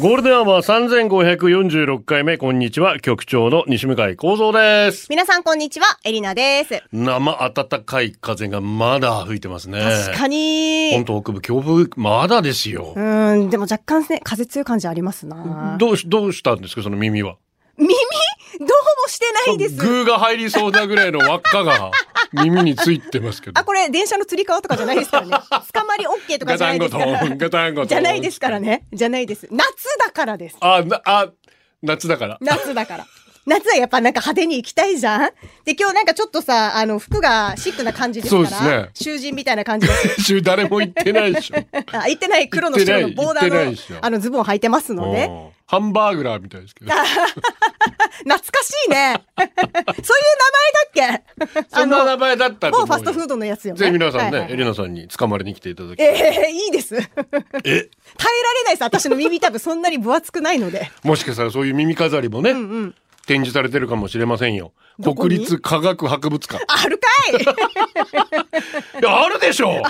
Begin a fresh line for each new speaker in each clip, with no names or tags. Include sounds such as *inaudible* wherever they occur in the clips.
ゴールデンアワー3546回目、こんにちは。局長の西向井幸三です。
皆さんこんにちは、エリナです。
生暖かい風がまだ吹いてますね。
確か
本
に。
当北部、強風、まだですよ
う。ーん、でも若干ね、風強い感じありますな。
どうし、どうしたんですか、その耳は。
耳どうもしてないです。
グーが入りそうなぐらいの輪っか
*laughs*
が耳についてますけど
あ、。これ電車の釣り革とかじゃないですか
*laughs*
らね。捕まり OK とか
ガ
じ
タ
ゃな
ン
い
ゴ
です
ト
から。
ーン、ガタンゴトーン。
じゃないですから。ね。じゃないです。夏だからです。
あ、な、あ、夏だ
*laughs*
から。
夏だから。夏はやっぱなんか派手に行きたいじゃんで、今日なんかちょっとさ、あの、服がシックな感じですから。
そうですね
囚人みたいな感
*laughs*
じです。
週誰も行ってないでしょ。
あ、行ってない黒の白のボーダ
行ってない行ってないで
ー
すよ
の、あの、ズボン履いてますので。
うんハンバーグラーみたいですけど。
懐かしいね。 *laughs* そういう名前だっけ
*laughs* そんな名前だったと
も
思うよ
うファストフードのやつよね。
ぜひ皆さんね、
はいはい
エリナさんに捕まりに来ていただき、
ええいいです。耐えら
え
れないです。私の耳多分そんなに分厚くない
*laughs*
ので。
もしかしたらそういう耳飾りもね、展示されてるかもしれませんよ。
どこに
国立科学博物
*laughs*
館。
あるかい
いや、あるでしょ
ある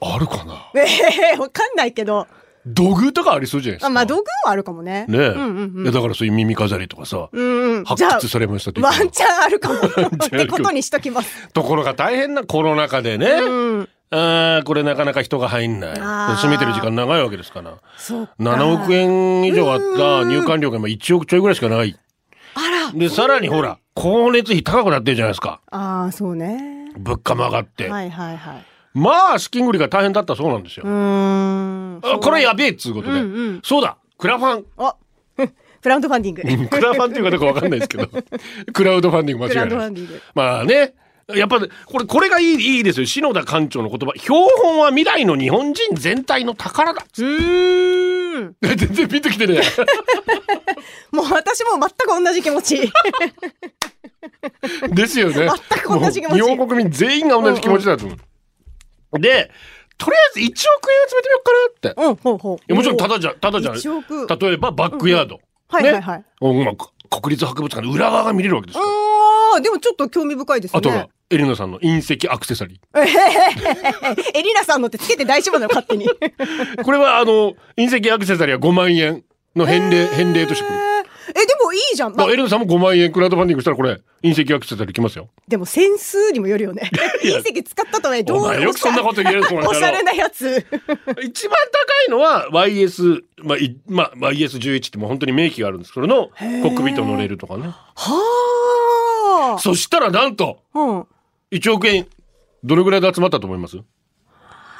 あるかな
ええわかんないけど。
土偶とかありそうじゃないです
あ
か。
まあ、道具はあるかもね。
ねえ、
うんうんうん。
いや、だからそういう耳飾りとかさ、
うんうん、
発掘されましたと
じ
いう
ゃ
か
あワンチャン
*laughs*
あるかも。っ
チャンあ
て
るかも
ことにしときます。
ところが大変なコロナ禍でね。
うん。
あーこれなかなか人が入んない。
あー
住めてる時間長いわけですから。
そうか。
7億。円以上あった入館料が今1億ちょいぐらいしかない。
あら。
で、さらにほら、光熱費高くなってるじゃないですか。
ああ、そうね。
物価も上がって。
はいはいはい。
まあ、資金繰りが大変だったそうなんですよ
う。ーん。
あこれやべえっつうことで、
うんうん
そうだクラファン
あ、クラウドファンディン
*laughs*
グ。 *laughs* ク
クラファンっていうかどうかわかんないですけ
*laughs*
どクラウドファンディング間
ラ
違
ウ
い
ドフ
な
ァ
い
ンデ
です
ィング。
まあねやっぱねこれこれがいいいいですよ篠田館長の言葉標本は未来の日本人全体の宝だ
うーん。
全然ピンときてね
*laughs* もう私も全く同じ気持ち。
えですよね
全く同じ気持ち
もう日本国民全員が同じ気持ちだと思う、でとりあえず1億円集めてみようかなって
うん、ほうほう。
いやもちろんただじゃただじゃ
1億
例えばバックヤード、
はいはいはい。
ねまあ、国立博物館の裏側が見れるわけですよ
あーでもちょっと興味深いですね。
あとは、エリナさんの隕石アクセサリ
え、エリナさんのってつけて大丈夫なの
*laughs*
勝手に。
ー。これは、あの、隕石アクセサリーは5万円の返礼、返礼としてくる。
え、でもいいじゃん。まあ
まあ、エリナさんも5万円クラウドファンディングしたら、これ、隕石アクセサリーきます
*laughs*
よ。
でもセンスにもよるよね。
いや
隕石使ったとね、ど
お
う
前よくそんなこと言えると思う
おしゃれな
*laughs*
やつ。
一番高いのは YS、まあ、いまあ、YS11 ってもう本当に名機があるんですけどの、コックピット乗れるとかね。
はあ。
そしたら、なんと、
うん。
1億円、どれぐらいで集まったと思います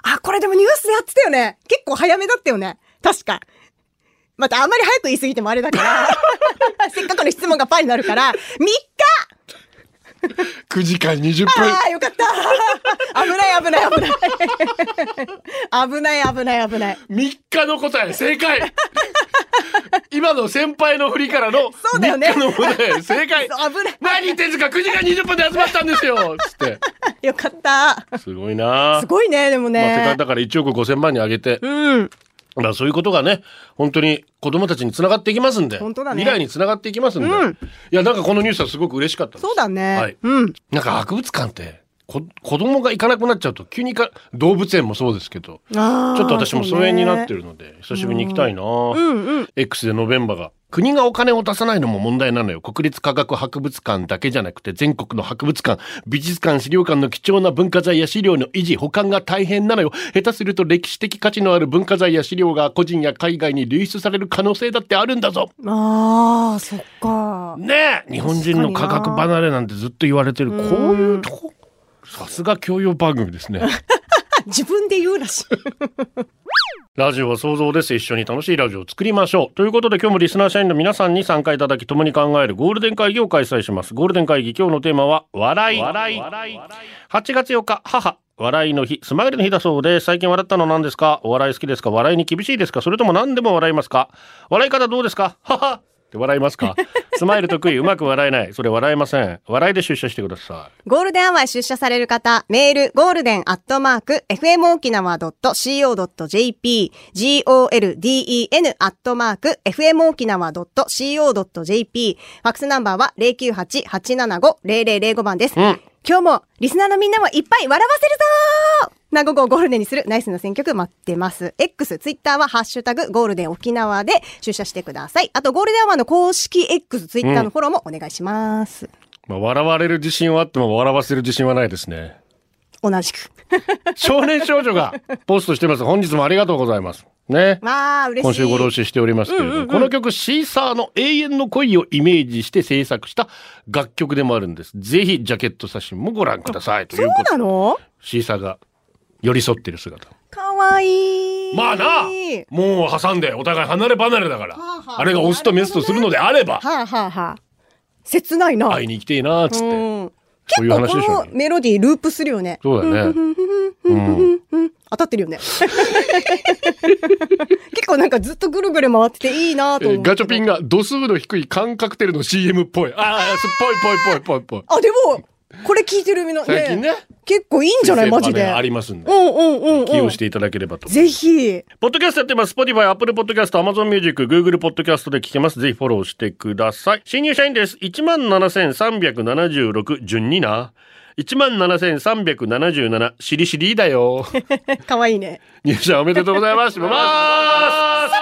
あ、これでもニュースでやってたよね。結構早めだったよね。確か。またあんまり早く言い過ぎてもあれだ
*laughs*
から。せっかくの質問がパーになるから、3日
?9 時間20
*laughs* ああ、よ
*laughs*
かった。危ない危ない危ない。危ない危ない危ない。
3日の答え正
*laughs*
解今の先輩の振りからの
そうだよ
3
ね
日の答え正解
*laughs* そう危ない
何言ってんすか9時間20分で集まったんです
*laughs*
よつって
よかった。
すごいな
すごいね、でも
まあ、世界
ね。
だから1億5000万に上げて、
うん。
まあ、そういうことがね本当に子供たちにつながっていきますんで
本当だね
未来につながっていきますんで、
うん
いやなんかこのニュースはすごく嬉しかったです
そうだ
はい。
ねうん。
なんか博物館ってこ子供が行かなくなっちゃうと急に行か動物園もそうですけどち
ちょ
ょっと私も疎遠になって
る。
るので、久しぶりに行きたいな、
うんうん。
X でノベンバが国がお金を出さないのも問題なのよ国立科学博物館だけじゃなくて全国の博物館美術館資料館の貴重な文化財や資料の維持保管が大変なのよ下手すると歴史的価値のある文化財や資料が個人や海外に流出される可能性だってあるんだぞ
ああ、そっか。
ねえ日本人の科学離れなんてずっと言われてる
ん
こういうとこさすが教養番組ですね
自分で言うらしい。
ラジオは想像です。一緒に楽しいラジオを作りましょう。ということで今日もリスナー社員の皆さんに参加いただき共に考えるゴールデン会議を開催します。ゴールデン会議今日のテーマは笑い。笑い。8月4日、母。笑いの日、スマイルの日だそうです。最近笑ったの何ですかお笑い好きですか笑いに厳しいですかそれとも何でも笑いますか笑い方どうですかははって笑います *laughs* かスマイル得意、うまく笑えない。それ笑えません。笑いで出社してください。
ゴールデンアワー出社される方、メール、ゴールデンアットマーク、fmokinawa.co.jp、golden アットマーク、fmokinawa.co.jp、ファックスナンバーは098-875-0005番です。
うん
今日も、リスナーのみんなもいっぱい笑わせるぞーな午後をゴールデンにするナイスな選曲待ってます。X、ツイッターはハッシュタグ、ゴールデン沖縄で出社してください。あと、ゴールデンアワーの公式 X、ツイッターのフォローもお願いします。
まあ、笑われる自信はあっても笑わせる自信はないですね。
同じく。
少年少女がポストしてます。本日もありがとうございます。ね。
わあ、嬉しい。
今週ご老子しておりますけれども、この曲シーサーの永遠の恋をイメージして制作した楽曲でもあるんです。ぜひジャケット写真もご覧ください。とい
そうう
こと
な
で
の
シーサーが寄り添ってる姿。
かわいい。
まあなもう挟んでお互い離れ離れだから、
はあはあ
あれがオスとメスとするのであれば、
はあはあはあ。切ないな。
会いに行きてえなーっつって、
うん。
そういう話
結構
でしょ
こ
うね。
のメロディーループするよね。
そうだね。
うん当たってるよね。 *laughs* 結構なんかずっとぐるぐる回ってていいな
え
と思
ー
う。
ガチョピン。が度数の低い缶カクテルの CM っぽい。ああ、すっぽいぽいぽいぽいぽい。
あ、でも、これ聞いてるみんな。
最近ね。
結構いいんじゃないマジ
スー
で。
パーねあり
ま
ますんで
う。んうんうんうん。
起用していただければと。
ぜひ。
ポッドキャストやってます。Spotify、Apple Podcast、Amazon Music、Google Podcast で聞けます。ぜひフォローしてください。新入社員です。17,376、順にな。17,377、しりしりだ *laughs* よ。
かわいいね。
入社おめでとうございます。します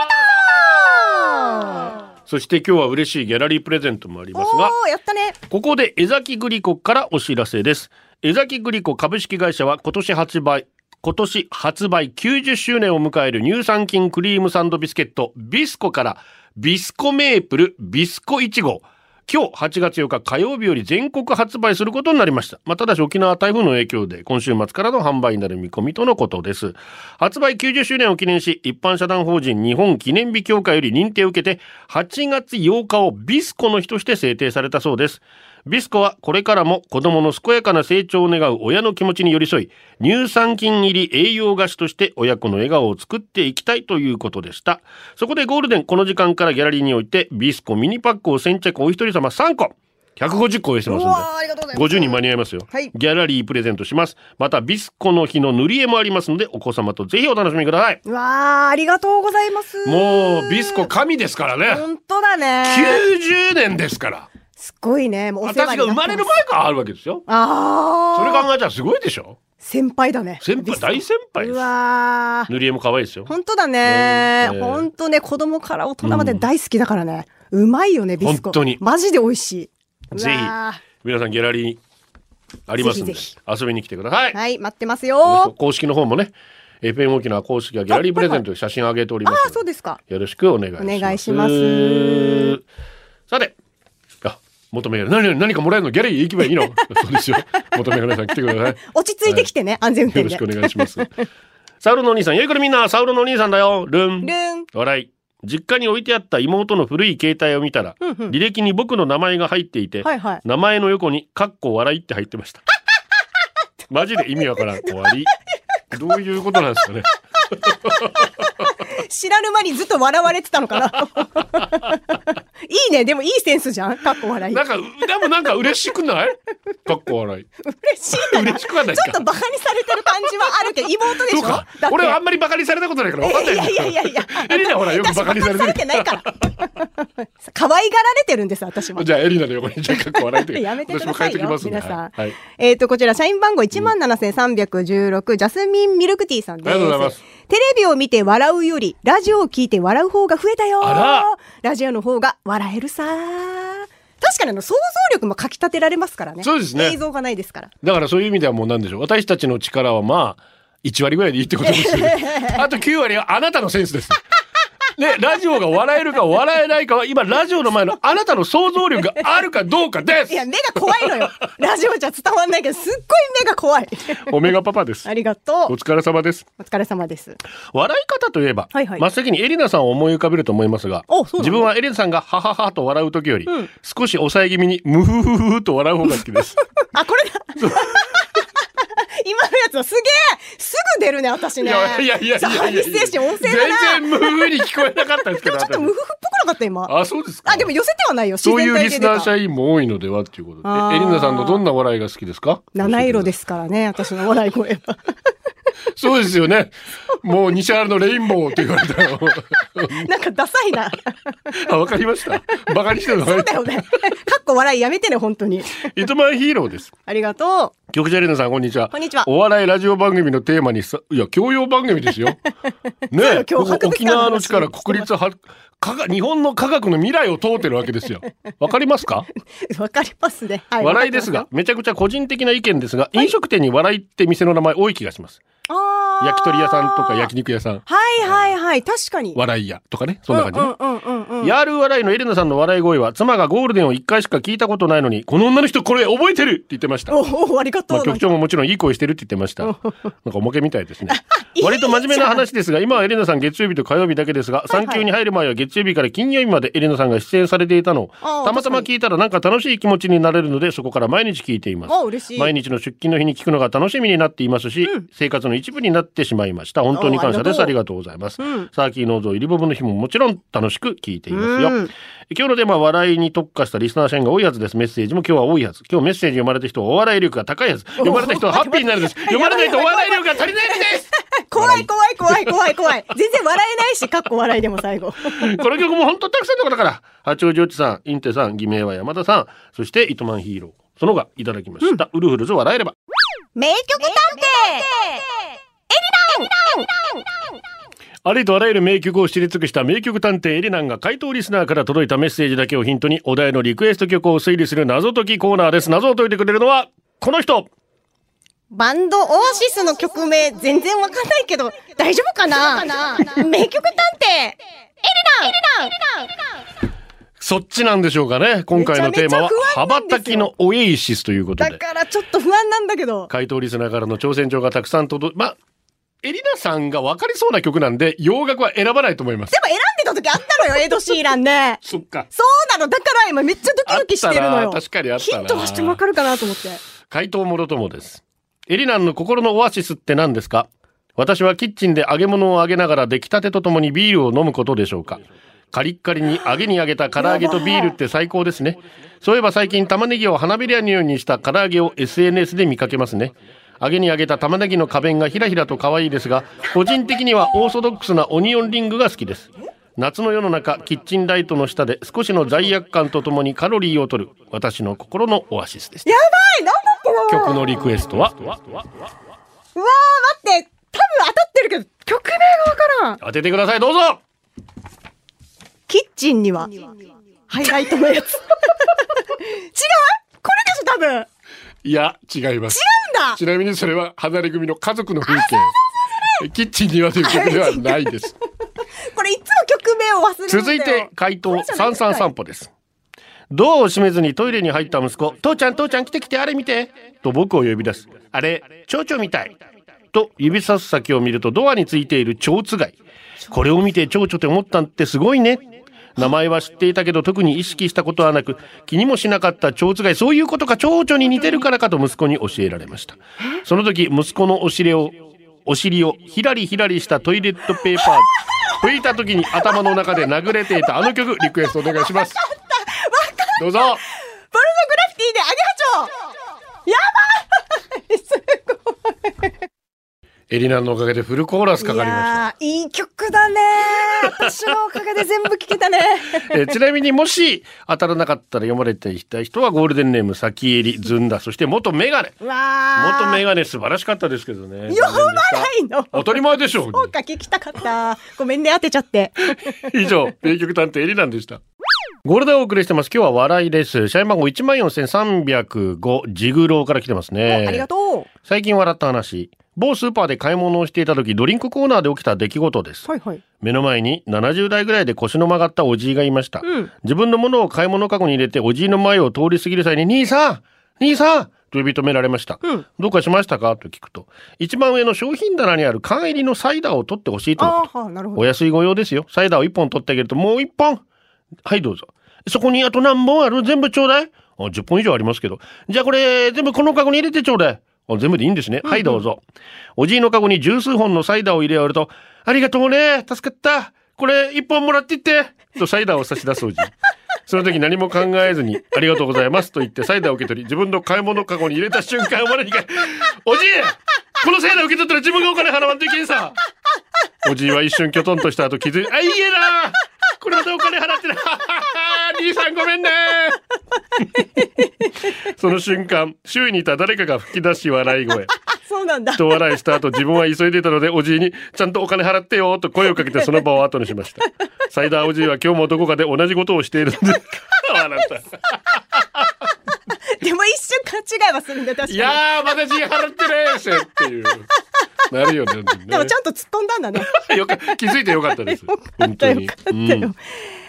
そして今日は嬉しいギャラリープレゼントもあり
お
ますが、
ー、やったね。
ここで江崎グリコからお知らせです。江崎グリコ株式会社は今年発売、今年発売90周年を迎える乳酸菌クリームサンドビスケットビスコからビスコメープルビスコイチゴ。今日8月8日火曜日より全国発売することになりました。まあ、ただし沖縄は台風の影響で今週末からの販売になる見込みとのことです。発売90周年を記念し、一般社団法人日本記念日協会より認定を受けて、8月8日をビスコの日として制定されたそうです。ビスコはこれからも子供の健やかな成長を願う親の気持ちに寄り添い、乳酸菌入り栄養菓子として親子の笑顔を作っていきたいということでした。そこでゴールデンこの時間からギャラリーにおいて、ビスコミニパックを先着お一人様3個、150個用意して
う
ますんで。
わー、ありがとうございます。
50人間に合いますよ、
はい
ギャラリープレゼントしますまたビスコの日の塗り絵もありますのでお子様とぜひお楽しみくださいう
わー、ありがとうございます。
もうビスコ神ですからね
本当だね。
90年ですから
すごいね。もうお世話
私
に
が
な
生
ってます
まれる前からあるわけですよ
ああ。
それ考えたらすごいでしょ
先輩だね。
先
ビ
輩
スコ
大先輩で
う
す
わー。
塗り絵も可愛いですよ
本当だね
ね。
本当ね、子供から大人まで大好きだからね。うまいよね、ビスコ。
本当に
マジで美味しい。
ぜひ
うわ
皆さんギャラリーありますんで
ぜひぜ
遊びに来てください、
ーはい、待ってます
この人
よ。
公式の方もね FM 沖縄公式はギャラリープレゼントで写真あげており
あ
ます
あ、そうですか。
よろしくお願いします。
お願いします
さて、あ、求められ何何何かもらえるのギャラリー行けばいい
*laughs*
の。そうですよ。求められさん来てください。
落ち着いてきてね、安全運
よ
転
ろし
で
くお。願いします。サウロのお兄さん、よいこれみんな、サウロのお兄さんだよ。ルン。
ルーン。
笑い。実家に置いてあった妹の古い携帯を見たら、
うんうん
履歴に僕の名前が入っていて、
はいはい。
名前の横に、かっこ笑いって入ってま
*laughs*
した。マジで意味わからん。終わり。どういうことなんですかね。
知らぬ間にずっと笑われてたの
*laughs*
かな。いいね、でもいいセンスじゃん。かっこ笑い。
なん
嬉
か、うでもなんか嬉しくないかっこ笑い。
しいな。
嬉しくはないか
ちょっとバカにされてる感じはあるけど、妹で
そ
し
う
ょ
か
だって
俺はあんまりバカにされたことないから分かんない
い
んだ
や
よ
いやいやいや。
エリナほらよく
私
バカにされてる
バカないから。
*laughs*
可愛がられてるんです、私も。
じゃあエリナの横にじゃあかっこ笑いて
やめてく
私
だ
も
さ
変え
い
てき
よ
ま、すんで
皆さん
はいはい。
えっと、こちら、社員番号17,316、ジャスミンミルクティーさんです。
ありがとうございます。
テレビを見て笑うより、ラジオを聞いて笑う方が増えたよ
あら
ラジオの方が笑えるさ確かにあの、想像力もかき立てられますからね。
そうですね
映像がないですから。
だからそういう意味ではもうなんでしょう私たちの力はまあ1割ぐらいでいいってことですよ
*laughs*
ねあと9割はあなたのセンスですね、ラジオが笑えるか笑えないかは今ラジオの前のあなたの想像力があるかどうかです
いや、目が怖いのよ。ラジオじゃ伝わんないけど、すっごい目が
*laughs*
怖い。
オメガパパです
ありがと
お
う。
疲れ様です
お疲れ様です。
笑い方といえば、
はいはい
真っ先にエリナさんを思い浮かべると思いますが
おそうなの
自分はエリナさんがハハハと笑う時より、
うん
少し抑え気味にムフフフフと笑う方が好きです
あ、これだ。今のやつはすげえすぐ出る *laughs* ね、私ね。
いやいやいやいやいや
サービス精神旺盛だな。
全然ムフフに聞こえなかったんですけ
で
ど
もちょっとムフフっぽくなかった今。
あ、そうですか。
あ、でも寄せてはないよ。自
そう
然
いう
体
リ
で
ス
出
ナー
た。
社員も多いのではっていうことで。
あー
えエリナさんのどんなお笑いが好きですか。
七色ですすからね、私の笑い声は。
*laughs* そうですよね。もう西原のレインボーって言われたよ。
なんかダサいな。
*laughs* あ、わかりました。バカにしてるの
そうだよね。かっこ笑いやめてね、本当に。
糸満ヒーローです。
ありがとう。
局長エリナさん、こんにちは。
こんにちは
お笑いラジオ番組のテーマにさ、いや、教養番組
*laughs*
ですよ。ねえ、こ
今日
こ
博物館
沖縄の力、国立は、科学、日本の科学の未来を問うてるわけですよ。わかりますか
わかりますね。は
笑いですが。、めちゃくちゃ個人的な意見ですが、飲食店に笑いって店の名前多い気がします。
あー
焼き鳥屋さんとか焼肉屋さん、
はいはいはい、確かに。
笑い屋とかね、そんな感じね。
うんうんうんうんうん。
やる笑いのエレナさんの笑い声は、妻がゴールデンを一回しか聞いたことないのに、この女の人これ覚えてるって言ってました。
おお、ありがと
まあ、
う。
局長ももちろんいい声してるって言ってました。なんかおまけみたいですね。割と真面目な話ですが、今はエレナさん月曜日と火曜日だけですが、
はい
産休に入る前は月曜日から金曜日までエレナさんが出演されていたのを、
ああ
たまたま聞いたらなんか楽しい気持ちになれるので、そこから毎日聞いています
ああ嬉しい。
毎日の出勤の日に聞くのが楽しみになっていますし、生活の一部になってしまいました。本当に感謝です。
おー
あ
あり
り
が
がとうございます。
うん
サーキー農場入りボブの日ももちろん楽しく聞いていますよ。
うん
今日のテーマは笑いに特化したリスナー社員が多いはずです。メッセージも今日は多いはず。今日メッセージ読まれた人はお笑い力が高いはず。読まれた人はハッピーになるです。
*laughs*
読まれないとお笑い力が足りないのです。
怖い怖い怖い怖い怖い。全然笑えないし、かっこ笑いでも最後。
この曲も本当たくさんの方から、八王子おちさん、インテさん、偽名は山田さん、そして糸満ヒーロー、その他いただきました。ウルフルズ笑えれば。
名曲探
ありとあらゆる名曲を知り尽くした名曲探偵エリナンが回答リスナーから届いたメッセージだけをヒントにお題のリクエスト曲を推理する謎解きコーナーです。謎を解いてくれるのはこの人
バンドオアシスの曲名、全然わかんないけど、大丈夫かな名曲探偵
そっちなんでしょうかね。今回のテーマは
めちゃめち
羽
ゃ不安な
ば
んですよ
たきのオエイシスということ
だ
で。
からちょっと不安なんだけど。
回答リスナーからの挑戦状がたくさん届い、まあ、エリナさんが分かりそうな曲なんで洋楽は選ばないと思います。
でも選んでた時あったのよ、エド・シーランね。
そっか。
そうなの、だから今めっちゃドキドキしてるの
あった
よ。
な確かにあったな
ヒントはしてもわかるかなと思って。
回答もろともです。エリナンの心のオアシスって何ですか私はキッチンで揚げ物を揚げながら出来たてとともにビールを飲むことでしょうかカリッカリに揚げに揚げた唐揚げとビールって最高ですね。そういえば最近玉ねぎを花びらのようにした唐揚げを SNS で見かけますね。揚げに揚げた玉ねぎの花弁がひらひらと可愛いですが、個人的にはオーソドックスなオニオンリングが好きです。夏の世の中、キッチンライトの下で少しの罪悪感とともにカロリーを取る、私の心のオアシスです。
やばいなんだったの
曲のリクエストは
うわー、待って、多分当たってるけど、曲名がわからん。
当ててくださいどうぞ
キッチンには、ハイライトの
*laughs*
やつ。違うこれでしょ、多分。違うんだ
いや違いますちなみにそれは離れ組の家族の風景キッチンにはという曲ではないです
これいつも曲名を忘れるんだよ
続いて回
こ
答
れじゃない
三三散歩ですドアを閉めずにトイレに入った息子「父ちゃん父ちゃん来て来てあれ見て」と僕を呼び出す「あれ蝶々みたい」と指さす先を見るとドアについている蝶つがいこれを見て蝶々って思ったんってすごいね名前は知っていたけど特に意識したことはなく気にもしなかった蝶使いそういうことか蝶々に似てるからかと息子に教えられましたその時息子のお尻をお尻をひらりひらりしたトイレットペーパー拭いた時に頭の中で殴れていたあの曲リクエストお願いしますどうぞ
ボルノグラフィティでア
エリナのおかげでフルコーラスか
ゲ
か
ハチョウ
りました
いやーいい曲だね私のおかげで全部聞けた
*laughs*
ね
えーちなみにもし当たらなかったら読まれていた人はゴールデンネーム先襟ずんだそして元メガネ
うわ
元
ー
メガネ素晴らしかったですけどね
読まないの
当たり前でしょう
そうか聞きたかったごめんね当てちゃって
以上名曲探偵エリナンでしたゴールデンお送りしてます今日は笑いです社員番号14305ジグローから来てますね
ありがと
最近笑った話某スーパーで買い物をしていた時ドリンクコーナーで起きた出来事です
うはいはい
目の前に70代ぐらいで腰の曲がったおじいがいました、
うん
自分のものを買い物かごに入れておじいの前を通り過ぎる際に「兄さん兄さん!」と呼び止められました、
うん
どうかしましたかと聞くと一番上の商品棚にある缶入りのサイダーを取ってほしいとのこと
ああなる
お
ほど
安いご用ですよ。サイダーを1本取ってあげると、もう1本。はい、どうぞ。そこにあと何本ある全部ちょうだい。あ、10本以上ありますけど。じゃあこれ、全部このカゴに入れてちょうだい。あ全部でいいんですね。はい、どうぞ。おじいのカゴに十数本のサイダーを入れ終わると、ありがとうね。助かった。これ一本もらってってとサイダーを差し出すおじ。 *laughs* その時何も考えずに、ありがとうございますと言ってサイダーを受け取り、自分の買い物カゴに入れた瞬間、我に返おじいこのサイダー受け取ったら自分がお金払わんといけんさおじいは一瞬きょとんとした後気
*laughs*
づい、あ、いいえなこれまでお金払ってな *laughs* 兄さんごめんね *laughs* その瞬間、周囲にいた誰かが吹き出し笑い声。
そうなんだ。
人笑いした後、自分は急いでいたので、おじいに、ちゃんとお金払ってよと声をかけて、その場を後にしました。サイダーおじいは今日もどこかで同じことをしているんです。笑った。
でも一瞬勘違いはするんだ、確
い
かに。
やー、まだ G 払ってねーしっていう。なるよね。
でもちゃんと突っ込んだんだね。
よか気づいてよかったです。本当に。うん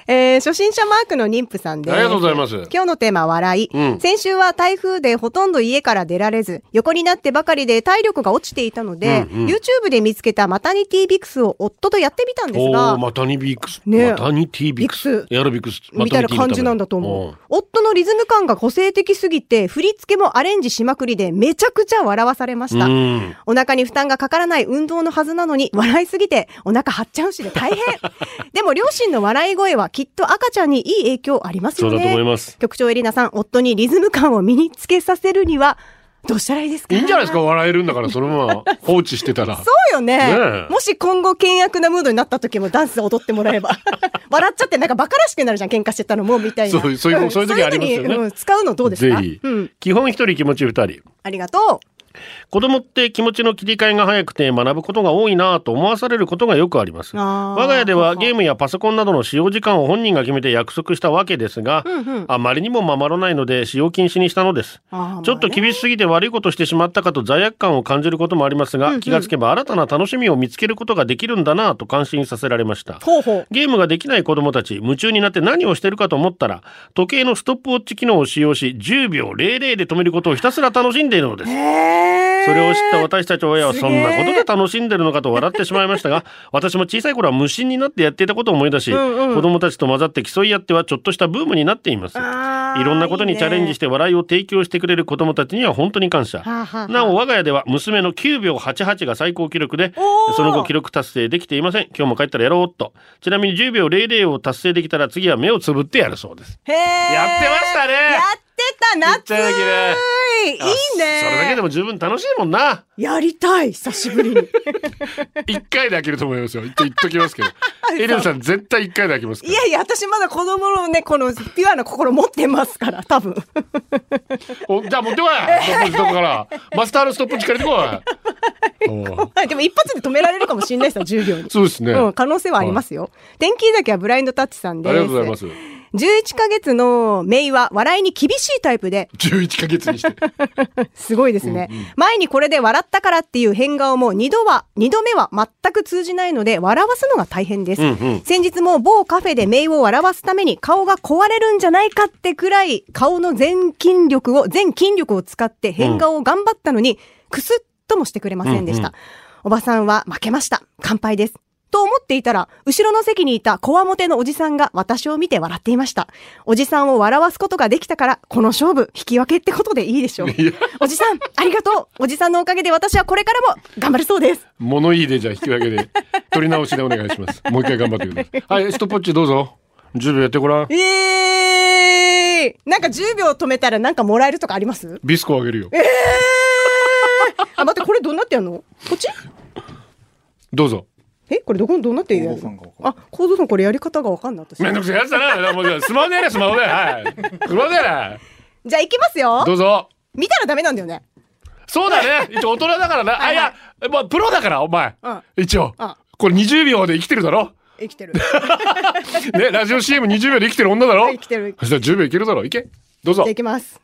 えー初心者マークの妊婦さんです。
ありがとうございます
今日のテーマは笑い。
うん
先週は台風でほとんど家から出られず、横になってばかりで体力が落ちていたので、
うんうん
YouTube で見つけたマタニティビクスを夫とやってみたんです
お
が
ー、、マタニビックス。
ね
マタニティビックス。
ビ
エアロビックス。
みたいな感じなんだと思う。夫のリズム感が個性的すぎて、振り付けもアレンジしまくりで、めちゃくちゃ笑わされま
う
した。
ん。
お腹に負担がかからない運動のはずなのに、笑いすぎてお腹張っちゃうしで
*laughs*
大変。でも両親の笑い声はきっと赤ちゃんにいい影響あります
そ
よ
うだと思い
ね。
ます。
局長エリナさん、夫にリズム感を身につけさせるには、どうしたらいいですか
いいんじゃないですか笑えるんだから、そのまま放置してたら。
*laughs* そうよね
ねえ
もし今後険悪なムードになった時もダンス踊ってもらえ
*laughs*
ば笑っちゃってなんかバカらしくなるじゃん喧嘩してたのもみたいな
そういうそういうそういう時ありますよね
そういうのにうん使うのどうですか
ぜひ
うん、
基本一人気持ち二人。
ありがとう
子供って気持ちの切り替えが早くて学ぶことが多いなぁと思わされることがよくあります。
あー
我が家ではゲームやパソコンなどの使用時間を本人が決めて約束したわけですが、
んうん
あまりにも守らないので使用禁止にしたのです。
あー
ちょっと
まあね
厳しすぎて悪いことしてしまったかと罪悪感を感じることもありますが、気がつけば新たな楽しみを見つけることができるんだなぁと感心させられました。
ほうほう
ゲームができない子供たち、夢中になって何をしてるかと思ったら、時計のストップウォッチ機能を使用し、10秒00で止めることをひたすら楽しんでいるのです。それを知った私たち親は
す
そ
げ
ん
え
なことで楽しんでるのかと笑ってしまいましたが私も小さい頃は無心になってやっていたことを思い出し、
うんうん
子供たちと混ざって競い合ってはちょっとしたブームになっていますい
あー
ろんなこと
いい
に
ね
チャレンジして笑いを提供してくれる子供たちには本当に感謝
はあはあ
なお我が家では娘の9秒88が最高記録で
おー
その後記録達成できていません今日も帰ったらやろうっとちなみに10秒00を達成できたら次は目をつぶってやるそうです
へえ
やってましたね
やってた夏
ちっちゃい時ね
いいね
あそれだけでも十分楽しいもんな
やりたい久しぶり
*laughs*
に
一回で開けると思いますよ。言っと言っときます *laughs* けど。エレンさん絶対一回で開けますか
いやいや私まだ子供のねこのピュアな心持ってますから多分 *laughs*
ら。おじゃあ持ってこい。ストップウォッチどこから。マスターのストップウォッチ借りて *laughs* こい。おう
でも一発で止められるかもしれないですよ10秒に
そうですね。
うん、可能性はありますよ。天気だけはブラインドタッチさんです。
ありがとうございます。
11ヶ月のメイは笑いに厳しいタイプで、
*laughs* 十一ヶ月にして。
すごいですね。前にこれで笑ったからっていう変顔も2度は、2度目は全く通じないので、笑わすのが大変です。
うんうん
先日も某カフェでメイを笑わすために顔が壊れるんじゃないかってくらい、顔の全筋力を、全筋力を使って変顔を頑張ったのに、くすっともしてくれませんでした。おばさんは負けました。乾杯です。と思っていたら、後ろの席にいたこわもてのおじさんが私を見て笑っていました。おじさんを笑わすことができたから、この勝負、引き分けってことでいいで *laughs* しょう。おじさん、ありがとう。おじさんのおかげで私はこれからも頑張るそうです。
物言いでじゃあ引き分けで取り直しでお願いし *laughs* ます。もう一回頑張ってください。はい、ストップウォッチどうぞ。十秒やってごらん。
えー、なんか10秒止めたらなんかもらえるとかあります
ビスコあげるよ。
あ、待って、これどうなってやんのこっち
どうぞ。
えこれどこどうなってやるのあ、コードさんこれやり方がわかんない。私じ
めんどくせえやつだな。もうスマホでやれスマホで。はい。スマホでや
ゃあ行きますよ
れ。どうぞ。
見たらダメなんだよね。
そうだね。一応大人だからな。あ、いや、まあ、プロだから、お前。
うん
一応
うん。
これ20秒で生きてるだ *laughs* ろ。
生きてる。
ね、ラジオ CM20 秒で生きてる女だろ。
生きてる
そしたら10秒いけるだろ。いけ。どうぞ
じゃあ。行きます。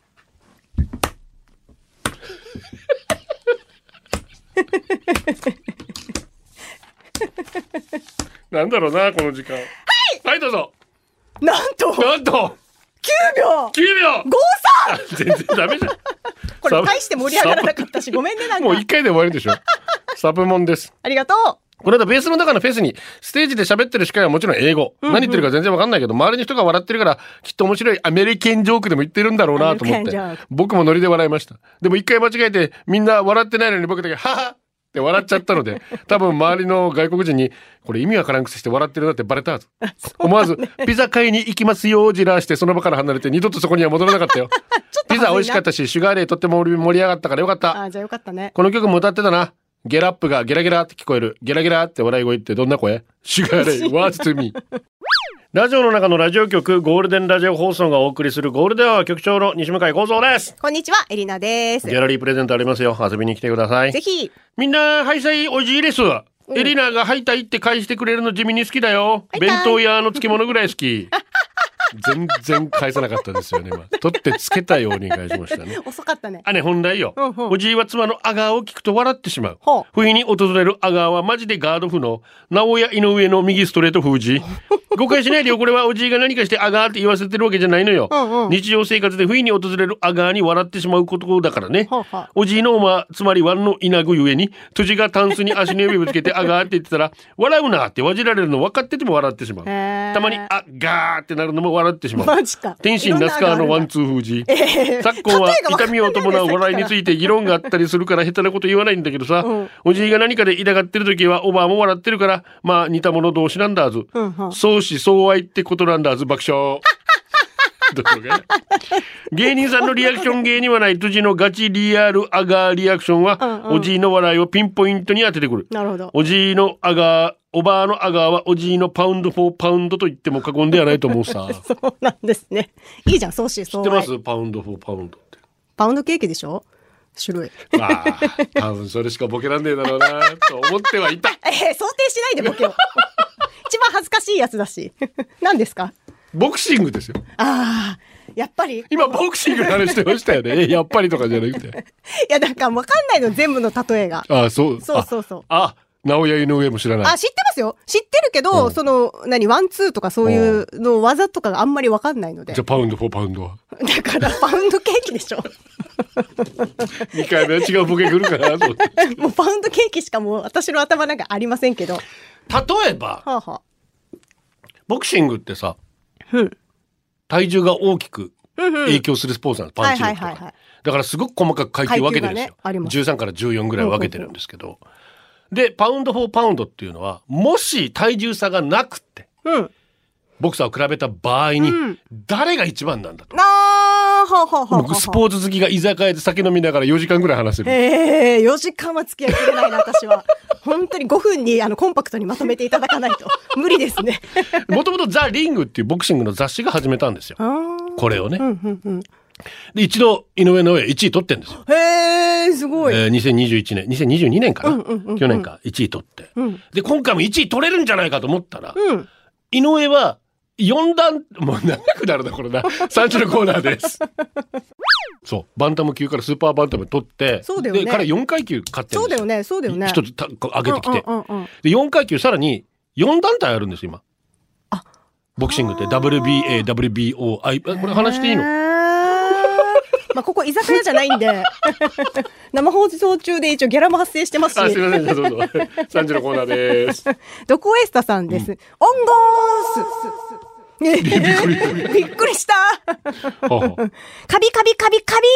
なんだろうな、この時間。はいはい、どうぞ。
なんと !9
なんと、
秒
9秒 *laughs*
!53!
全然ダメじゃん。
*laughs* こ
サ
れ
ブ
大して盛り上がらなかったし、ごめんね、なん
もう一
か。
回で終わりでし
*laughs*
ょ。サブモンです。
ありがとう
この間ベースの中のフェスに、ステージで喋ってる司会はもちろん英語。何言ってるか全然わかんないけど、周りの人が笑ってるから、きっと面白いアメリカンジョークでも言ってるんだろうなと思っ
アメリカンジ
て
ョーク。
僕もノリで笑いました。でも一回間違えて、みんな笑ってないのに僕だけ、ははって笑っちゃった
*laughs*
ので、多分周りの外国人に、これ意味わからんくせして笑ってるなってバレたはず。 *laughs* 思
*laughs*
わず、ピザ買いに行きますよ、じらして、その場から離れて、二度とそこには戻らなかったよ。
と
ピ
恥ずいな
ザ美味しかったし、シュガーレイとっても盛り上がったからよかった。
あーじゃあよかったね。
この曲も歌ってたな。ゲラップがゲラゲラって聞こえる。ゲラゲラって笑い声ってどんな声シュガーレイ、ワーズトゥミー。ラジオの中のラジオ局、ゴールデンラジオ放送がお送りするゴールデンは局長の西向井幸三です。
こんにちは、エリナです。
ギ
ぜ
ャラリープレゼントありますよ。遊びに来てください。
ひ、
みんな、ハイサイおじいです。エリナがハイタイって返してくれるの地味に好きだよ。
ハイタイ
弁当屋の漬物ぐらい好 *laughs* き。全然返さなかったですよね、今。取ってつけたように返しましたね。
遅かったね。
姉本来よ、
うんうん
おじいは妻のアガーを聞くと笑ってしまう、
ほう
不意に訪れるアガーはマジでガード不能直屋井上の右ストレート封
*laughs*
じ誤解しないでよこれはおじいが何かしてアガーって言わせてるわけじゃないのよ、
うんうん
日常生活で不意に訪れるアガーに笑ってしまうことだからね、
ほうほう
おじいのおまつまりワンの稲具ゆえに辻がタンスに足の指ぶつけてアガーって言ってたら笑うなってわじられるの分かってても笑ってしまう
へー
たまにアガーってなるのも笑ってしまう
*laughs* マジか。
天心那須川のワンツー封
*laughs*
じ、 *laughs* 昨今は
例えがわ
痛
かんない
みを伴う笑いについて議論があったりするから下手なこと言わないんだけどさ、
うん
おじいが何かで痛がってる時はおばあも笑ってるからまあ似た者同士なんだはず、
*laughs* うんうん
相思相愛ってことなんだはず爆
*laughs*
笑どこが芸人さんのリアクション芸にはない辻のガチリアルアガーリアクションは、
うんうん
おじいの笑いをピンポイントに当ててくる
なるほど。
おじいのアガーおばあのアガーはおじいのパウンド・フォー・パウンドと言っても過言ではないと思う
*laughs*
さ
そうなんですね。いいじゃん、相思相
知っ
愛。
てますパウンド・フォー・パウンドって
パウンドケーキでしょ種類。
*laughs* ああ、多分それしかボケらんねえだろうなと思ってはいた。
えー、想定しないでボケを。 *laughs* 一番恥ずかしいやつだし。 *laughs* 何ですか
ボクシングですよ。
ああ、やっぱり。い
今ボクシングの話してましたよね。え *laughs* やっぱりとかじゃなくて。
や、なんかわかんないの、全部の例えが。
ああ、そう。
そうそうそう
あ、あ直屋井上も知らない
あ、。知ってますよ。知ってるけど、その、何、ワンツーとかそういうの技とかがあんまりわかんないので
じゃあ。パウンドフォーパウンドは。
だから、パウンドケーキでしょ。
2回目は違うボケ来るかなと思って。
もうパウンドケーキしかもう私の頭なんかありませんけど。は
例えば、
あ、は
ボクシングってさ、
うん
体重が大きく影響するスポーツなの、パンチ力とか、
はいはいはいはい
だからすごく細かく階級分けてるんですよ
階級が、ねあります
13から14ぐらい分けてるんですけど、でパウンド・フォー・パウンドっていうのはもし体重差がなくって、
うん
ボクサーを比べた場合に、誰が一番なんだと、
なあ、はあ、はあ、はあは
僕
あ。
スポーツ好きが居酒屋で酒飲みながら4時間ぐらい話せる
ええ4時間は付き合いきれないな、私
*laughs*
は。本当に5分にあのコンパクトにまとめていただかないと。無理ですね。
もともと「ザ・リング」っていうボクシングの雑誌が始めたんですよ
あー
これをね、で一度井上尚弥1位取ってんですよ
へえ、すごい。
えー、2021年2022年かな、
うんうんうんうん
去年か1位取って、
うん
で今回も1位取れるんじゃないかと思ったら、
うん。
井上は4段もう長くなるなこれ
*laughs*
な3時のコーナーですそうバンタム級からスーパーバンタム取って
そうだよね
で彼4階級勝ってる
そ
んで
うだ
す
よね、そうだよね。
一つた上げてきて、
うんうんうんうん
で4階級さらに4団体あるんです今
あ
ボクシングって WBA、WBO、I、あこれ話していいの
へーまあ、ここ居酒屋じゃないんで。 *laughs* 生放送中で一応ギャラも発生してます
あ、す
し
い。ません、どう
*laughs*
ぞ。3時のコーナーです。
ドコエスタさんです。オンゴースびっくりした
ほうほう
カビカビカビカビ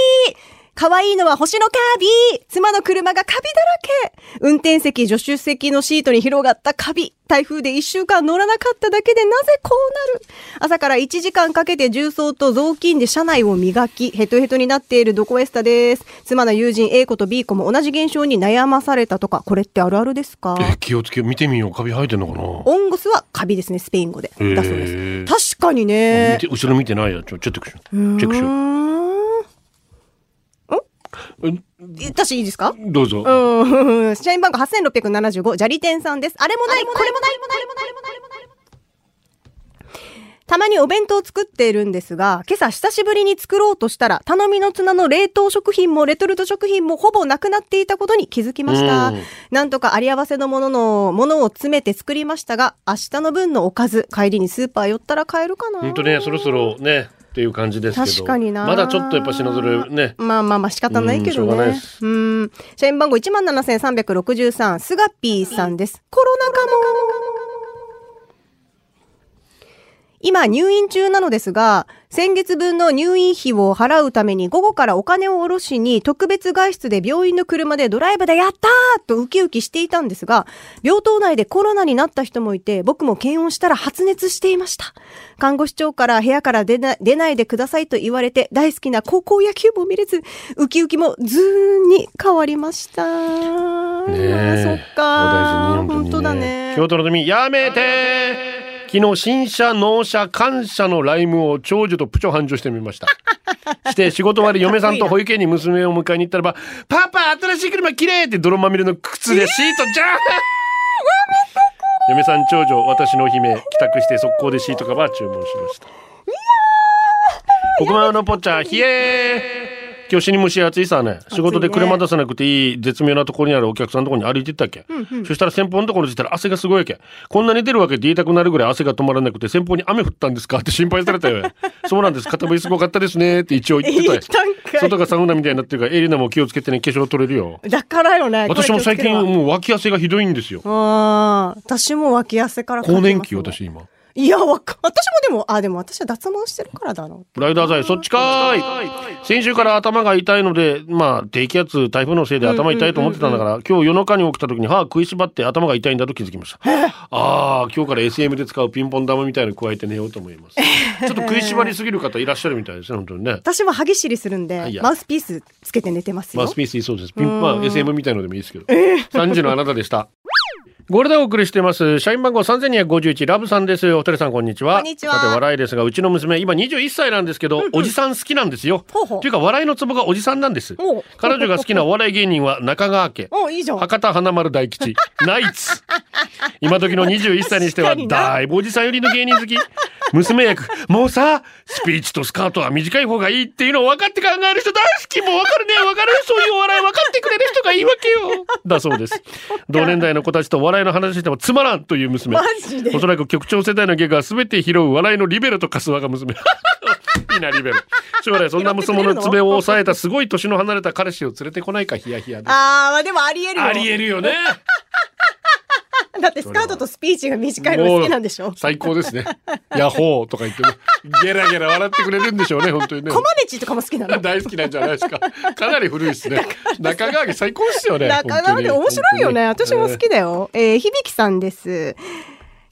可愛いのは星のカビ妻の車がカビだらけ運転席、助手席のシートに広がったカビ台風で一週間乗らなかっただけでなぜこうなる朝から1時間かけて重曹と雑巾で車内を磨き、ヘトヘトになっているドコエスタです。妻の友人 A 子と B 子も同じ現象に悩まされたとか、これってあるあるですか
え、気をつけ、見てみよう。カビ生えてんのかな
オンゴスはカビですね、スペイン語で。だそう
へー
です。確かに
見
ね。
て後ろ見てないやちょチェックしようチェックし
う
よ
ーん
ううん
私いいですか
どうぞ、
うん、社員番号8675、砂利店さんです。あれもない、これもない、これもない、これもない。たまにお弁当を作っているんですが、今朝久しぶりに作ろうとしたら、頼みの綱の冷凍食品もレトルト食品もほぼなくなっていたことに気づきました
うん。
なんとかあり合わせのものの、ものを詰めて作りましたが、明日の分のおかず、帰りにスーパー寄ったら買えるかな。
本当ねそろそろねっていう感じですけど
確かにな
まだちょっとやっぱ品揃えね
まあまあまあ仕方ないけど
うんしょうがないで
ね
す
うん社員番号17,363スガピーさんですコロナ禍も今入院中なのですが、先月分の入院費を払うために午後からお金を下ろしに特別外出で病院の車でドライブでやったーとウキウキしていたんですが、病棟内でコロナになった人もいて、僕も検温したら発熱していました。看護師長から部屋から出な出ないでくださいと言われて、大好きな高校野球も見れず、ウキウキもズーンに変わりました。
ね
あ
え
ーそっか
お大事
ー。
に
本当だね。
京都の民やめて昨日新車納車感謝のライムを長女とプチョ繁盛してみま
*laughs*
したして仕事終わり嫁さんと保育園に娘を迎えに行ったらば「パパ新しい車綺麗って泥まみれの靴でシートじゃん、嫁さん長女私のお姫帰宅して速攻でシートカバー注文しました黒板のポッチャーひえー今日死に蒸し暑いさね仕事で車出さなくていい絶妙なところにあるお客さんのところに歩いてったっけ、そしたら先方のところに行ったら汗がすごいわけこんなに出るわけって言いたくなるぐらい汗が止まらなくて先方に雨降ったんですかって心配されたよ *laughs* そうなんです片振りすごかったですねって一応言ってたよ
*laughs* 言ったんかい
外がサウナみたいになってるからエリナも気をつけてね化粧取れるよ
だからよね。
私も最近もう脇汗がひどいんですよ
ああ、私も脇汗からかけ
更
ます
年期私。今
いや、わか、私もでも、あ、でも私は脱毛してるからだろ
ライダー剤、そっちかーい。先週から頭が痛いので、まあ、低気圧、台風のせいで頭痛いと思ってたんだから、今日夜中に起きた時に歯食いしばって頭が痛いんだと気づきました。ああ、今日から SM で使うピンポン玉みたいの加えて寝ようと思います。ちょっと食いしばりすぎる方いらっしゃるみたいですね、本当にね。
私は歯ぎしりするん
い
で、
や
マウスピースつけて寝てます
マ
よ。
ウスピースいそうです。ピンまあ、SM みたいのでもいいですけど。3時のあなたでした。ゴールデンお送りしています。社員番号3251、ラブさんです。お二人さん、こんにちは。
こんにちは
さて、笑いですが、うちの娘、今21歳なんですけど、おじさん好きなんですよ。
ほうほう
というか、笑いのツボがおじさんなんです
おう。
彼女が好きなお笑い芸人は中川家。
おいいじゃん。
博多華丸大吉ナイツ今時の21歳にしては
確かにな
だいぶおじさん寄りの芸人好き娘役もうさスピーチとスカートは短い方がいいっていうのを分かって考える人大好きもう分かるね分かるそういうお笑い分かってくれる人がいいわけよだそうです同年代の子たちとお笑いの話してもつまらんという娘
マジで
おそらく局長世代のゲが全て拾う笑いのリベロとカスワが娘 *laughs* いいなリベロ将来そんな娘の爪を抑えたすごい年の離れた彼氏を連れてこないかヒヤヒヤです
あー、まあ、でもありえるよ。
ありえるよね。
だってスカートとスピーチが短いのが好きなんでしょ
もう最高ですね。ヤッホーとか言ってね、ゲラゲラ笑ってくれるんでしょうね、本当にね。
コマネチとかも好きな
*laughs*
の。
大好きなんじゃないですか。かなり古いですね。中川家最高ですよね。
中川で
本当に
面白いよね。
本当に
私も好きだよ。えー、響さんです。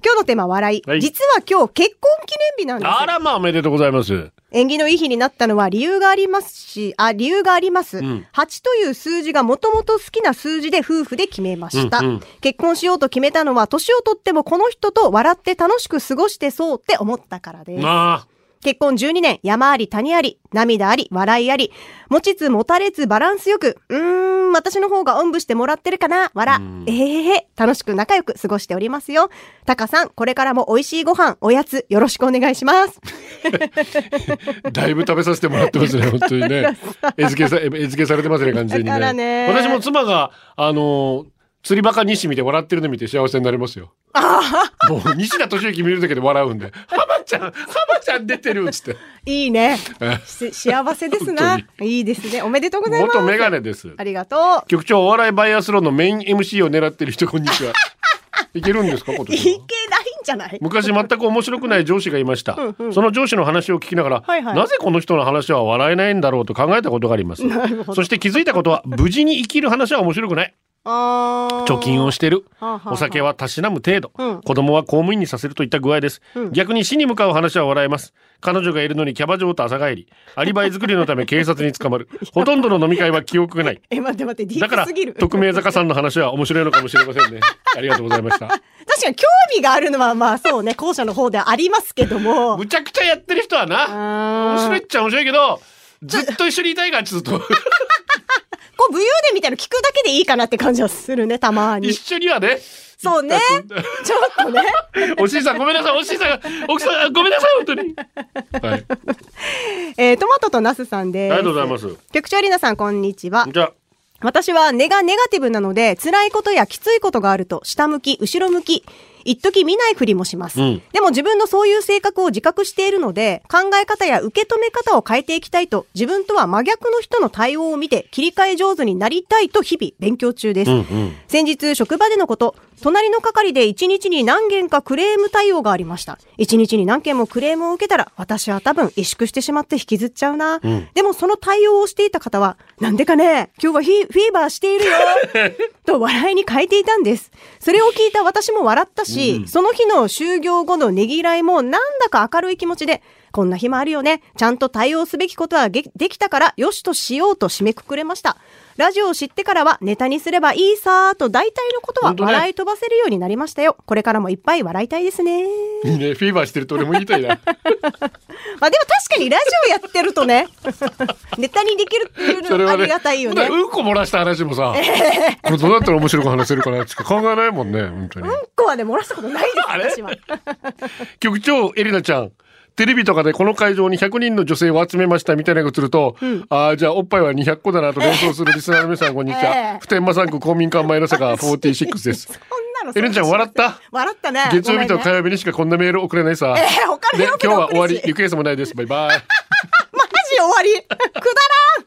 今日のテーマ、笑い。
はい
実は今日結婚記念日なんですよ。
あらまあおめでとうございます。
縁起のいい日になったのは理由がありますし、あ、理由があります。
ん
8という数字がもともと好きな数字で夫婦で決めました。
うんうん
結婚しようと決めたのは、年をとってもこの人と笑って楽しく過ごしてそうって思ったからです。
なあ、
結婚12年、山あり谷あり、涙あり、笑いあり、持ちつ持たれつバランスよく、うーん、私の方がおんぶしてもらってるかな、笑
ん、
えへへへ、楽しく仲良く過ごしておりますよ。タカさん、これからも美味しいご飯、おやつ、よろしくお願いします。
だいぶ食べさせてもらって
*laughs*
ますね、本当にね。餌付けさ、餌付けされてますね、完全に
だから
ね。
ね
私も妻が、あのー釣りバカ西見て笑ってるの見て幸せになりますよ。もう西田敏行見るだけで笑うんで、浜ちゃん、浜ちゃん出てるっつって。
いいね
え。
し幸せですな
本。
いいですね。おめでとうございます。
元メガネです。
ありがと
局長お笑いバイアスロンのメイン MC を狙ってる人こんにち
*laughs*
は。いけるんですか今
う。いけな
年
い
は
ん。じゃない
昔全く面白くない上司がいました。
うんうん
その上司の話を聞きながら、
はいはい
なぜこの人の話は笑えないんだろうと考えたことがあります。そして気づいたことは無事に生きる話は面白くない。
*laughs*
貯
貯
金を
し
してる。
はあはあはあ
お酒はたしなむ程度、
うん
子供は公務員にさせるといった具合です、
うん
逆に死に向かう話は笑えます彼女がいるのにキャバ嬢と朝帰りアリバイ作りのため警察に捕
*laughs*
まるほとんどの飲み会は記憶がない
え、待って待って、ディ
だか
ー
ら
プすぎる。
匿名坂さんの話は面白いのかもしれませんねありがとうございま
*laughs*
した
確かに興味があるのは、まあそうね、後者の方ではありますけども。
むちゃくちゃやってる人はな面
面
白いっちゃ面白いけどずっと一緒にいたいからずっ
*laughs*
と
こう、武勇伝みたいなの聞くだけでいいかなって感じはするね、たまに
一。緒にはね
そうね。ちょっとね。
おしいさんごめんなさいおしいさんが奥さんごめんなさい本当にはい
えートマトとナスさんです。
ありがとうございます
局長エリナさん、こんにちは。
じゃあ
私は根がネガティブなので、辛いことやきついことがあると、下向き、後ろ向き、一時見ないふりもします、
うん
でも自分のそういう性格を自覚しているので、考え方や受け止め方を変えていきたいと、自分とは真逆の人の対応を見て、切り替え上手になりたいと日々勉強中です。
うんうん
先日、職場でのこと、隣の係で1日に何件かクレーム対応がありました。1日に何件もクレームを受けたら、私は多分萎縮してしまって引きずっちゃうな。
ん
でもその対応をしていた方は、なんでかね、今日はヒフィーバーしているよ、と笑いに変えていたんです。それを聞いた私も笑ったし、その日の就業後のねぎらいもなんだか明るい気持ちで、こんな日もあるよね。ちゃんと対応すべきことはでできたから、よしとしようと締めくくれました。ラジオを知ってからはネタにすればいいさーと大体のことは
本当ね
笑い飛ばせるようになりましたよ。これからもいっぱい笑いたいですね。
いいねフィーバーしてると俺も言いたい
*laughs*
な
まあでも確かにラジオやってると
*laughs*
ね、ネタにできるっていう
それ
のはあ
はね
りがたいよ
ま
ね
だ。うんこ漏らした話もさこれどうやったら面白く話せるかなって考えないもんね本当に
うんこはね、漏らしたことないです、
あれ
私は。
局長エリナちゃんテレビとかでこの会場に100人の女性を集めましたみたいなことすると、ああじゃあおっぱいは200個だなと連想するリスナーの皆さんこんにち
*laughs* え
は
え
普天間産区公民館前の
*laughs*
坂46です
そんなの
エリナちゃん笑った
笑ったね。
月曜日と
ごめんね
火曜日にしかこんなメール送れないさ、
ええ他の
で
曜日で
今日は終わ
送るし
りリクエストもないですバイ
*laughs*
バイ
マジ終わ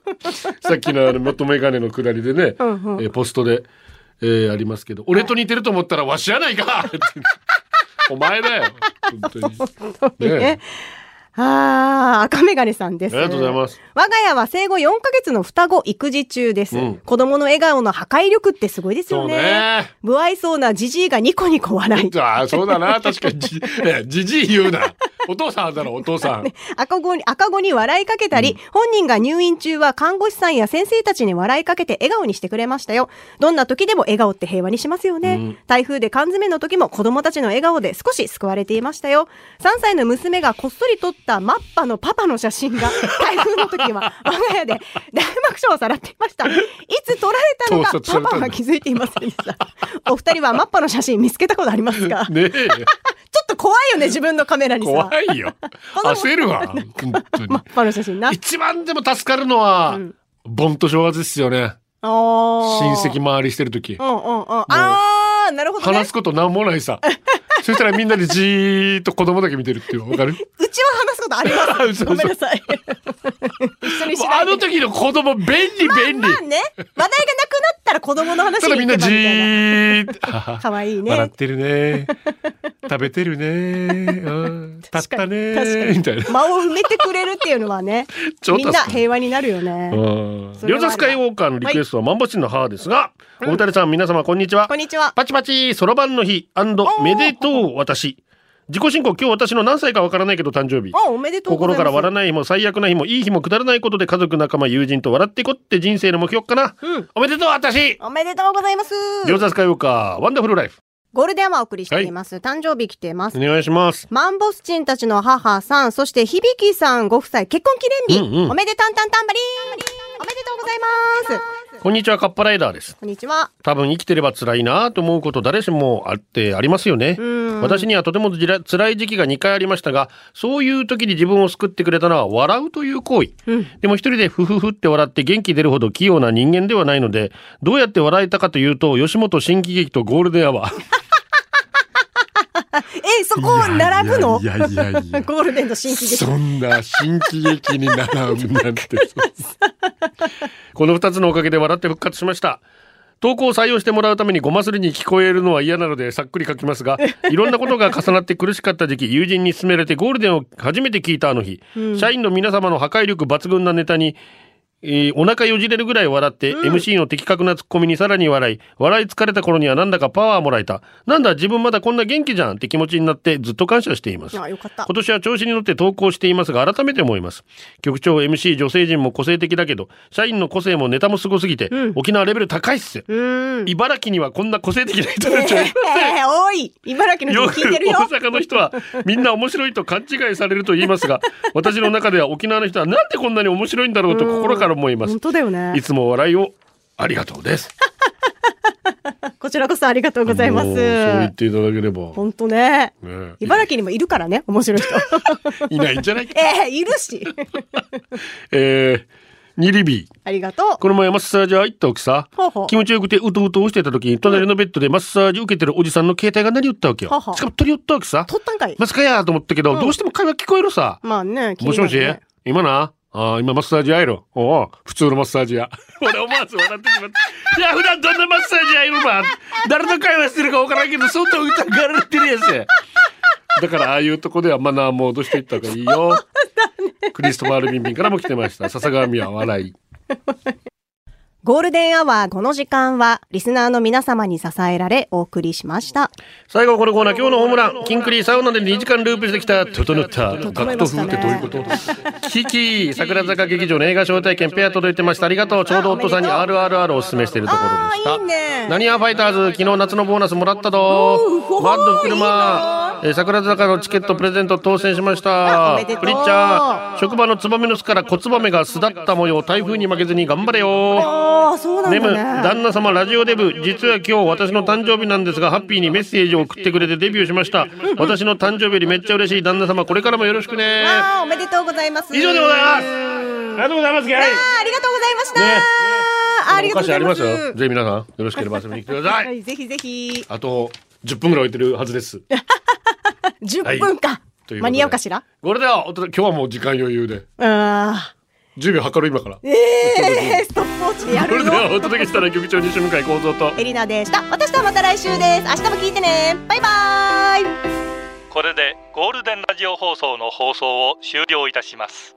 り *laughs* くだらん
さっきのあの元メガネのくだりでね
ん
えーポストで、えーありますけど俺と似てると思ったらわしやないか
*laughs*
ってお前だよ本当にね
ああ、赤メガネさんです。
ありがとうございます。
我が家は生後4ヶ月の双子育児中です。
うん
子供の笑顔の破壊力ってすごいですよ
そうね
ね。不愛想なジジイがニコニコ笑い。
ああそうだ
*laughs*
な確かにじねじじい言うなお父さんだろお父さん
*laughs* 赤子に、赤子に笑いかけたり、本人が入院中は看護師さんや先生たちに笑いかけて笑顔にしてくれましたよ。どんな時でも笑顔って平和にしますよね。台風で缶詰の時も子供たちの笑顔で少し救われていましたよ。3歳の娘がこっそり撮ったマッパのパパの写真
*laughs*
が、台風の時は我が家で大爆笑をさらっていました。いつ撮られたの
盗
か
撮されたんだ
パパは気づいていませんでした。お二人はマッパの写真見つけたことありますかちょ
ねえ
っと怖いよね、自分のカメラにさ。
怖いよ焦る
*laughs*
わ本当に
マッパの写真な。
一番でも助かるのは、
うん
盆と正月ですよね親
親
戚回りしてる時
うんうんうん。ああ、なるほどね。う
話すことなんもない
*laughs*
さそしたらみんなでじーっと子供だけ見てるっていうわかる
ちは話すことあり
*laughs*
ま
嘘
す。
嘘
ごめんなさい。一緒にし
もう
な
あ
いで。
の時の子供便利便利、
まあね、話題がなくなったら子供の話
ただ
に
み
行
ん
けば
な
み
じ
たい
ー
な。
っと可
可愛いね
笑ってるね
*laughs*
食べてるねうん立ったねみたいな
間を埋めてくれるっていうの
*laughs*
はね
超、助
みん
かる
な平和になるよね。それ
両
はある
座スカイウォーカーのリクエストはマンボシンの母ですが、お二人さん皆様こんにちは
こんにちは。
パチパチそろばんの日
ー
めでとう私自己申告今日私の何歳かわからないけど誕生日
あ、おめでとうご
心
ざいます。
から笑わない日も最悪な日もいい日もくだらないことで家族仲間友人と笑っていこうって人生の目標かな、
うん
おめでとう私
おめでとうございます。
両座スカイウォーカーワンダフルライフ
ゴールデンはお送りしています。誕生日来てます
お。願いします
マンボスチンたちの母さん、そして響さんご夫妻結婚記念日、
うんうん
おめでたんたんたんばりんおめでとうございます
こんにちはカッパライダーです
こんにちは。
多分生きてれば辛いなと思うこと誰しもあってありますよね
ん
私にはとてもじら辛い時期が2回ありましたがそういう時に自分を救ってくれたのは笑うという行為、でも一人でフフフって笑って元気出るほど器用な人間ではないのでどうやって笑えたかというと吉本新喜劇とゴールデンアワー
え、そこ並ぶの
いやいやいやいや
*laughs* ゴールデンと新喜劇。
そんな新喜劇に並ぶなんてこの2つのおかげで笑って復活しました投稿を採用してもらうためにごますりに聞こえるのは嫌なのでさっくり書きますがいろんなことが重なって苦しかった時期友人に勧められてゴールデンを初めて聞いたあの日、社員の皆様の破壊力抜群なネタにえーお腹よじれるぐらい笑って、MC の的確なツッコミにさらに笑い笑い疲れた頃にはなんだかパワーもらえたなんだ自分まだこんな元気じゃんって気持ちになってずっと感謝しています
あ、よかった
今。年は調子に乗って投稿していますが改めて思います局長 MC 女性陣も個性的だけど社員の個性もネタもすごすぎて、沖縄レベル高いっす
うーん。
茨城にはこんな個性的な人たち
*laughs*
がいる
えー、おい茨城の
よ
人
く
聞いてるよ
大阪の人はみんな面白いと勘違いされると言います
*laughs*
が私の中では沖縄の人はなんでこんなに面白いんだろうと心から思います
本当だよね
い。つも笑いをありがとうです
こちらこそありがとうございま
もうそう言っ
す。
ていただければ、
本当ね。
ね
茨城にもいるから
*laughs*
ね、面白い人。
いないんじゃないか
えー、いるし。
えーニリビー。
ありがと
この前マッサージ屋行ったわけさ
ほうほう
気持ちよくてうとうとしてた時に隣のベッドでマッサージ受けてるおじさんの携帯が鳴り打ったわけよ
ほうほう
しかも取り寄ったわけさ
う。取ったんかい。
まさかやと思ったけど、
うん
どうしても会話聞こえるさ
まあね、気
も
に
し
な
も
る
し
ね
今なあー今マッサージ屋いろおお普通のマッサージ
*laughs*
屋俺思わず笑ってしまったいや普段どんなマッサージ屋いるば誰と会話してるか分からんけどそんな疑われてるやつやだからああいうとこではマナーモードしていった方がいい
*laughs*
よ、クリストファール・ビンビンからも来てました笹川美は笑い
ゴールデンアワーこの時間は、リスナーの皆様に支えられお送りしました。
最後はこのコーナー今日のホームランキンクリーサウナで2時間ループしてきた整った
え
学徒
まし
風っ
たね
てどういうことキキ桜坂劇場の映画招待券ペア届いてましたありがとうちょうど夫さんに RRR をおすすめしているところでした
あーいいね
何やファイターズ昨日夏のボーナスもらった
お
ど
ーほほー
バッド
いいな
車えー桜坂のチケットプレゼント当選しまし
あ
た
おめでとう
プリッチャー職場のツバメの巣から小ツバメが巣だった模様台風に負けずに頑張れよ
ああ、そうなん
ネム
だね。
旦那様ラジオデブ実は今日私の誕生日なんですがハッピーにメッセージを送ってくれてデビューしました私の誕生日よりめっちゃ嬉しい旦那様これからもよろしくね
わあ、おめでとうございます。
以上でございますありがとうございます
あーありがとうございました、
ね
ありがとうございます。
お菓子ありますよぜひ皆さんよろしければ遊びに来てくださ
はいい、ぜひぜひ。
あと10分ぐらい置いてるはずです
10分か。
ということで
間に合うかしら
これではおと今日はもう時間余裕で
あ
10秒測る今から
ーえー、 *laughs* ストップウォッチでや
*laughs* こ
る
れで
の
はお届けしたら局長西向井幸三と
エリナでした。私とはまた来週です。明日も聞いてね。バイバーイ。
これでゴールデンラジオ放送の放送を終了いたします